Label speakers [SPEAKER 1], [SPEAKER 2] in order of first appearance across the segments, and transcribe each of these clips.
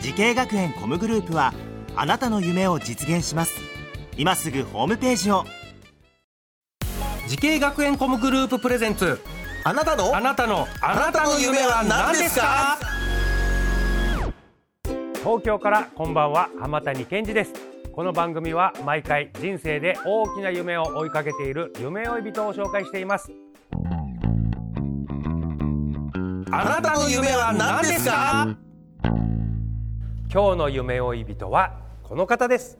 [SPEAKER 1] 時系学園コムグループはあなたの夢を実現します今すぐホームページを
[SPEAKER 2] 時系学園コムグループプレゼンツ
[SPEAKER 3] あなたの
[SPEAKER 2] あなたのあなたの夢は何ですか東京からこんばんは浜谷健二ですこの番組は毎回人生で大きな夢を追いかけている夢追い人を紹介していますあなたの夢は何ですか今日の夢追い人はこの方です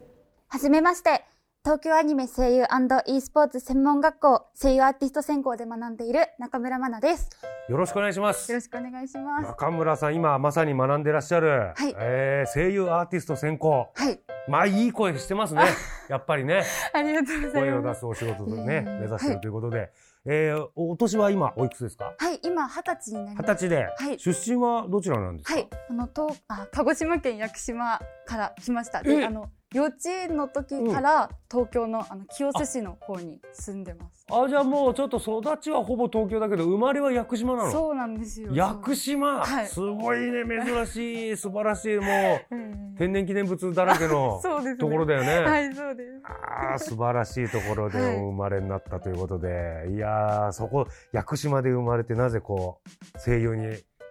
[SPEAKER 4] はじめまして。東京アニメ声優 &e スポーツ専門学校声優アーティスト専攻で学んでいる中村真奈です。
[SPEAKER 2] よろしくお願いします
[SPEAKER 4] よろしくお願いします。
[SPEAKER 2] 中村さん今まさに学んでらっしゃる、
[SPEAKER 4] はい
[SPEAKER 2] えー声優アーティスト専攻
[SPEAKER 4] はい。
[SPEAKER 2] まあいい声してますねやっぱりね
[SPEAKER 4] ありがとうござい
[SPEAKER 2] 声を
[SPEAKER 4] ま
[SPEAKER 2] 出
[SPEAKER 4] す。
[SPEAKER 2] すお仕事を
[SPEAKER 4] いえ
[SPEAKER 2] ね
[SPEAKER 4] いえ
[SPEAKER 2] 目指してるということで、えーお年は今おいくつですか
[SPEAKER 4] はい、今二十歳になりまし
[SPEAKER 2] 二十歳で、
[SPEAKER 4] はい
[SPEAKER 2] 出身はどちらなんです
[SPEAKER 4] た。
[SPEAKER 2] か、
[SPEAKER 4] はい。あの、とあ鹿児島県屋久島から来ました。
[SPEAKER 2] え
[SPEAKER 4] で、あの、幼稚園の時から東京のあの清瀬市の方に住んでます。
[SPEAKER 2] あじゃあもうちょっと育ちはほぼ東京だけど生まれは屋久島なの
[SPEAKER 4] そうなんですよ。
[SPEAKER 2] 屋久島、
[SPEAKER 4] はい
[SPEAKER 2] すごいね珍しい素晴ら しいもう
[SPEAKER 4] そううん
[SPEAKER 2] 天然記念物だらけの
[SPEAKER 4] そうですね
[SPEAKER 2] ところだよね、
[SPEAKER 4] はい、そうです。
[SPEAKER 2] あー素晴らしいところで
[SPEAKER 4] はい
[SPEAKER 2] お生まれになったということで、い、やーそこ屋久島で生まれてなぜこう声優に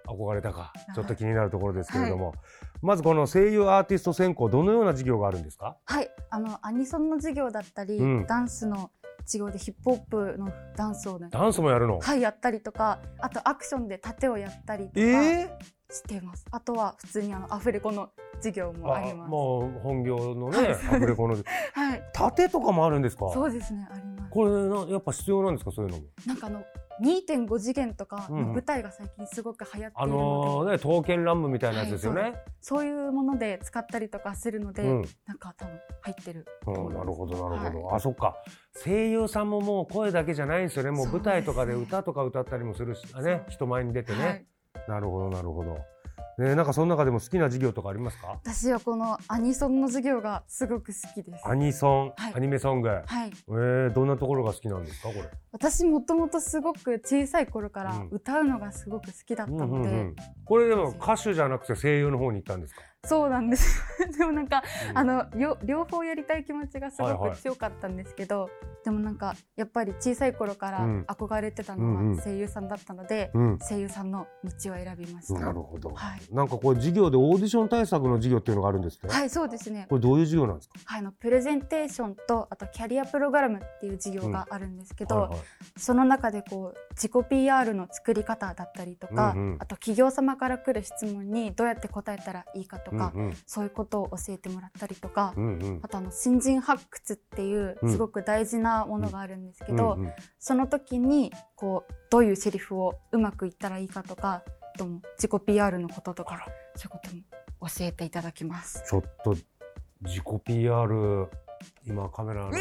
[SPEAKER 2] 憧れたかちょっと気になるところですけれども、まずこの声優アーティスト専攻どのような授業があるんですか
[SPEAKER 4] はい、あのアニソンの授業だったり、
[SPEAKER 2] うん
[SPEAKER 4] ダンスの授業でヒップホップのダンスをね、
[SPEAKER 2] ダンスもやるの、
[SPEAKER 4] はいやったりとか、あとアクションで盾をやったりとか
[SPEAKER 2] え
[SPEAKER 4] して
[SPEAKER 2] ー
[SPEAKER 4] ます。あとは普通にあのアフレコの授業もあり
[SPEAKER 2] あ
[SPEAKER 4] ます。
[SPEAKER 2] もう本業の
[SPEAKER 4] はい
[SPEAKER 2] ね、
[SPEAKER 4] そうです
[SPEAKER 2] アフレコの
[SPEAKER 4] はい、
[SPEAKER 2] 盾とかもあるんですか
[SPEAKER 4] そうですねあります。
[SPEAKER 2] これなやっぱ必要なんですかそういうのも
[SPEAKER 4] なんかあの2.5次元とか
[SPEAKER 2] う
[SPEAKER 4] の
[SPEAKER 2] ん
[SPEAKER 4] 舞台が最近すごく流行ってい
[SPEAKER 2] あ
[SPEAKER 4] るので、
[SPEAKER 2] のーね刀剣乱舞みたいなやつですよね、
[SPEAKER 4] はそういうもので使ったりとかするので、
[SPEAKER 2] うん
[SPEAKER 4] なんか多分入ってる。
[SPEAKER 2] うん、なるほどなるほど、あそっか声優さんももう声だけじゃないんですよねもう
[SPEAKER 4] そうで
[SPEAKER 2] 舞
[SPEAKER 4] すね
[SPEAKER 2] 台とかで歌とか歌ったりもするしあね人前に出てね、
[SPEAKER 4] はい。
[SPEAKER 2] なるほどなるほど、ね、なんかその中でも好きな授業とかありますか
[SPEAKER 4] 私はこのアニソンの授業がすごく好きです。
[SPEAKER 2] アニソン、
[SPEAKER 4] はい
[SPEAKER 2] アニメソング、え
[SPEAKER 4] はい。
[SPEAKER 2] ー、どんなところが好きなんですかこれ、
[SPEAKER 4] 私もともとすごく小さい頃から
[SPEAKER 2] うん
[SPEAKER 4] 歌うのがすごく好きだった
[SPEAKER 2] うん
[SPEAKER 4] の
[SPEAKER 2] うんう
[SPEAKER 4] で
[SPEAKER 2] ん、これでも歌手じゃなくて声優の方に行ったんですか、
[SPEAKER 4] そうなんです でもなんか
[SPEAKER 2] うん
[SPEAKER 4] あのよ両方やりたい気持ちがすご
[SPEAKER 2] はいはい
[SPEAKER 4] く強かったんですけどでもなんかやっぱり小さい頃から
[SPEAKER 2] うん
[SPEAKER 4] 憧れてた
[SPEAKER 2] うんう
[SPEAKER 4] の
[SPEAKER 2] ん
[SPEAKER 4] は声優さんだったので
[SPEAKER 2] うん、
[SPEAKER 4] 声優さんの道を選びました
[SPEAKER 2] なるほど、
[SPEAKER 4] はい
[SPEAKER 2] なんかこれ授業でオーディション対策の授業っていうのがあるんですね、
[SPEAKER 4] はいそうですね
[SPEAKER 2] これどういう授業なんですか
[SPEAKER 4] はいあのプレゼンテーションとあとキャリアプログラムっていう授業があるんですけど、
[SPEAKER 2] はいはい
[SPEAKER 4] その中でこう自己 PR の作り方だったりとか、
[SPEAKER 2] うんうん
[SPEAKER 4] あと企業様から来る質問にどうやって答えたらいいかとか、
[SPEAKER 2] うん
[SPEAKER 4] そういうことを教えてもらったりとか、
[SPEAKER 2] うんうんうん
[SPEAKER 4] あとあの新人発掘っていう
[SPEAKER 2] うん
[SPEAKER 4] すごく大事なものがあるんですけど、
[SPEAKER 2] うんうん
[SPEAKER 4] その時にこうどういうセリフをうまくいったらいいかとかあとも自己 PR のこととかそういうことも教えていただき ます。
[SPEAKER 2] ちょっと自己 PR 今カメラの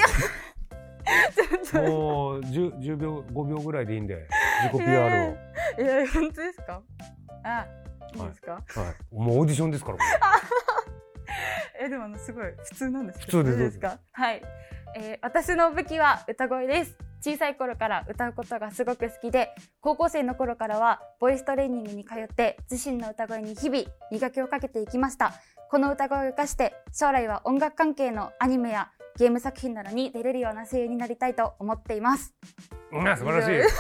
[SPEAKER 2] もう 10, 10秒5秒ぐらいでいいんで自己 PR を、はい
[SPEAKER 4] えいや本当ですかあいいですか、
[SPEAKER 2] もうオーディションですからこ
[SPEAKER 4] えでもあのすごい普通なんですけ
[SPEAKER 2] 普通
[SPEAKER 4] ど
[SPEAKER 2] で
[SPEAKER 4] 大
[SPEAKER 2] す
[SPEAKER 4] 丈夫ですかはい、えー、私の武器は歌声です小さい頃から歌うことがすごく好きで高校生の頃からはボイストレーニングに通って自身の歌声に日々磨きをかけていきましたこの歌声を生かして将来は音楽関係のアニメやゲーム作品などに出れるような声優になりたいと思っています
[SPEAKER 2] れ、うん、素晴らし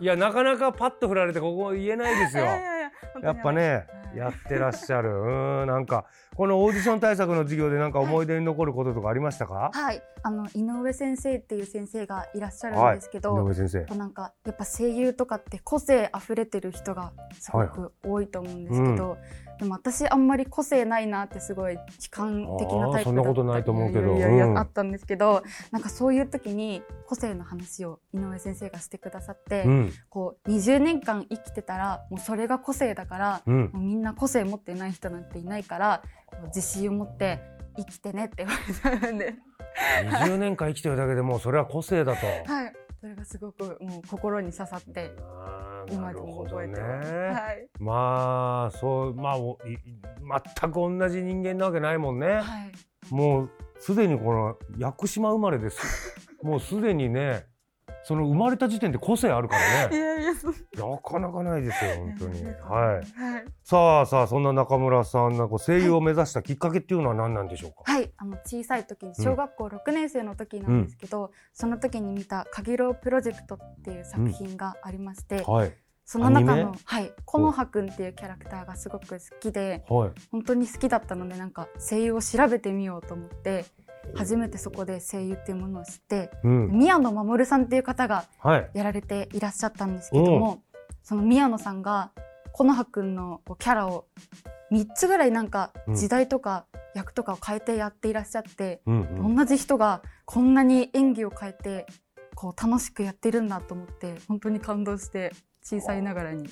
[SPEAKER 2] いいやなかなかパッと振られてここ言えないですよ
[SPEAKER 4] いやいやいや本当に
[SPEAKER 2] やっぱね
[SPEAKER 4] はい
[SPEAKER 2] やってらっしゃるうーんなんかこのオーディション対策の授業でなんか思い出に残ることとかありましたか、
[SPEAKER 4] はいあの井上先生っていう先生がいらっしゃる
[SPEAKER 2] は
[SPEAKER 4] ん
[SPEAKER 2] い
[SPEAKER 4] ですけ
[SPEAKER 2] 井
[SPEAKER 4] ど、
[SPEAKER 2] 上先生
[SPEAKER 4] やっぱなんかやっぱ声優とかって個性あふれてる人がすごく多いと思うんですけど、でも私あんまり個性ないなってすごい悲観的なタイプだった
[SPEAKER 2] あーそんなことないと思うけど
[SPEAKER 4] いやいやいや
[SPEAKER 2] うん
[SPEAKER 4] あったんですけどなんかそういう時に個性の話を井上先生がしてくださって、
[SPEAKER 2] うん
[SPEAKER 4] こう20年間生きてたらもうそれが個性だから、
[SPEAKER 2] うん
[SPEAKER 4] もうみんな個性持ってない人なんていないから自信を持って生きてねって言われたんで、
[SPEAKER 2] 20年間生きてるだけでもうそれは個性だと。
[SPEAKER 4] はい、それがすごくもう心に刺さって
[SPEAKER 2] あー
[SPEAKER 4] 今でも覚えて
[SPEAKER 2] なる
[SPEAKER 4] ます。
[SPEAKER 2] ほどね
[SPEAKER 4] はい
[SPEAKER 2] まあそうまあおいい全く同じ人間なわけないもんね、
[SPEAKER 4] はい
[SPEAKER 2] もうすでにこの屋久島生まれです もうすでにねその生まれた時点で個性あるから
[SPEAKER 4] い
[SPEAKER 2] ね
[SPEAKER 4] やいやそんな
[SPEAKER 2] なかなかないですよ本当に
[SPEAKER 4] は
[SPEAKER 2] はい
[SPEAKER 4] い。
[SPEAKER 2] さあさあそんな中村さんなんか声優を目指したきっかけっていうのは何なんでしょうか、
[SPEAKER 4] はい、あの小さい時に小学校6年生の時なんですけど、その時に見た「かぎろうプロジェクト」っていう作品がありまして、
[SPEAKER 2] はい
[SPEAKER 4] その中
[SPEAKER 2] アニメ
[SPEAKER 4] の、はい、このはくんっていうキャラクターがすごく好きで
[SPEAKER 2] はい
[SPEAKER 4] 本当に好きだったのでなんか声優を調べてみようと思って初めてそこで声優っていうものを知って
[SPEAKER 2] うん
[SPEAKER 4] 宮野真守さんっていう方が
[SPEAKER 2] はい
[SPEAKER 4] やられていらっしゃったんですけどもその宮野さんがコノハくんのこうキャラを3つぐらいなんか
[SPEAKER 2] うん
[SPEAKER 4] 時代とか役とかを変えてやっていらっしゃって、
[SPEAKER 2] うんうん
[SPEAKER 4] 同じ人がこんなに演技を変えてこう楽しくやってるんだと思って本当に感動して小さいながらに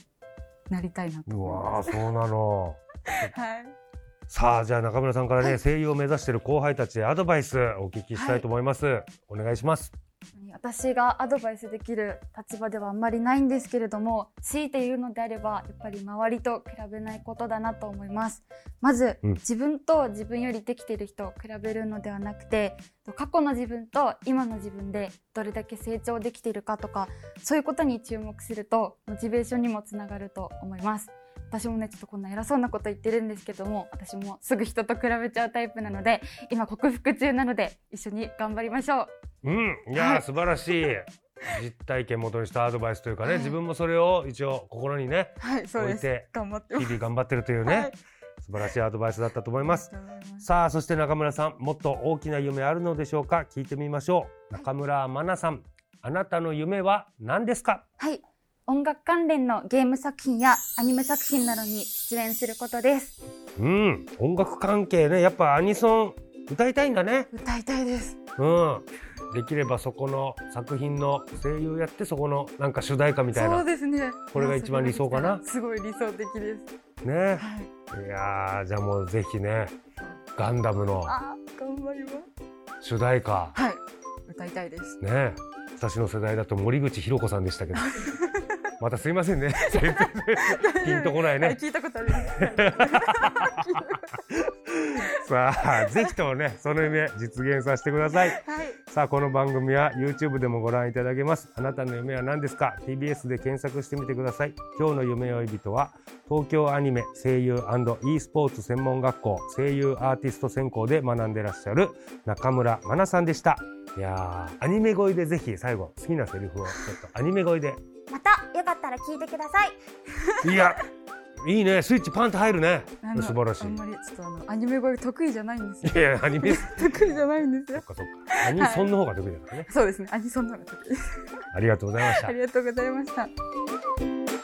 [SPEAKER 4] なりたいなと
[SPEAKER 2] う
[SPEAKER 4] 思い
[SPEAKER 2] わあそうなの
[SPEAKER 4] ます。はい
[SPEAKER 2] さあじゃあ中村さんからね、
[SPEAKER 4] はい
[SPEAKER 2] 声優を目指している後輩たちへアドバイスお聞きしたいと思います、お願いします
[SPEAKER 4] 私がアドバイスできる立場ではあんまりないんですけれども強いて言うのであればやっぱり周りと比べないことだなと思いますまず、
[SPEAKER 2] うん
[SPEAKER 4] 自分と自分よりできている人を比べるのではなくて過去の自分と今の自分でどれだけ成長できているかとかそういうことに注目するとモチベーションにもつながると思います私もねちょっとこんな偉そうなこと言ってるんですけども私もすぐ人と比べちゃうタイプなので今克服中なので一緒に頑張りましょう
[SPEAKER 2] うん、いやー、
[SPEAKER 4] はい
[SPEAKER 2] 素晴らしい実体験元にしたアドバイスというかね、
[SPEAKER 4] はい
[SPEAKER 2] 自分もそれを一応心にね
[SPEAKER 4] はい、そうで
[SPEAKER 2] 置い
[SPEAKER 4] す
[SPEAKER 2] て。
[SPEAKER 4] 頑張って
[SPEAKER 2] 日
[SPEAKER 4] ます。
[SPEAKER 2] 々頑張ってるというね、
[SPEAKER 4] はい
[SPEAKER 2] 素晴らしいアドバイスだったと思います
[SPEAKER 4] ありがとうございます。
[SPEAKER 2] さあそして中村さんもっと大きな夢あるのでしょうか聞いてみましょう中村真奈さんあなたの夢は何ですか
[SPEAKER 4] はい、音楽関連のゲーム作品やアニメ作品などに出演することです。
[SPEAKER 2] うん音楽関係ねやっぱアニソン歌いたいんだね
[SPEAKER 4] 歌いたいです。
[SPEAKER 2] うんできればそこの作品の声優やってそこのなんか主題歌みたいな
[SPEAKER 4] そう
[SPEAKER 2] ね
[SPEAKER 4] ですね。
[SPEAKER 2] これが一番理想かな
[SPEAKER 4] すごい理想的です。はい。
[SPEAKER 2] いやーじゃあもうぜひねガンダムの
[SPEAKER 4] あ、頑張ります。
[SPEAKER 2] 主題歌
[SPEAKER 4] はい、歌いたいです。
[SPEAKER 2] ね私の世代だと森口博子さん でしたけどまたすいませんね全然ピンとこな
[SPEAKER 4] は
[SPEAKER 2] い
[SPEAKER 4] い、
[SPEAKER 2] ね
[SPEAKER 4] 聞いたことあります。
[SPEAKER 2] さあぜひともねその夢実現させてください
[SPEAKER 4] はい。
[SPEAKER 2] さあこの番組は YouTube でもご覧いただけますあなたの夢は何ですか TBS で検索してみてください今日の夢追い人は東京アニメ声優 &e スポーツ専門学校声優アーティスト専攻で学んでらっしゃる中村真奈さんでしたいやーアニメ声でぜひ最後好きなセリフをちょっとアニメ声で
[SPEAKER 5] またよかったら聞いてください
[SPEAKER 2] いや、いいね、スイッチパンって入るね
[SPEAKER 4] あ。の
[SPEAKER 2] 素晴らし
[SPEAKER 4] あんまりちょっとあのアニメ声得意じゃないんですよ。
[SPEAKER 2] い。いや、アニメ、そっ
[SPEAKER 4] 得意じゃないんですよ。
[SPEAKER 2] かそっか。アニソンの方が得意だからね。
[SPEAKER 4] そうですね。アニソンなの得意です。
[SPEAKER 2] ありがとうございました
[SPEAKER 4] あ。りがとうございました。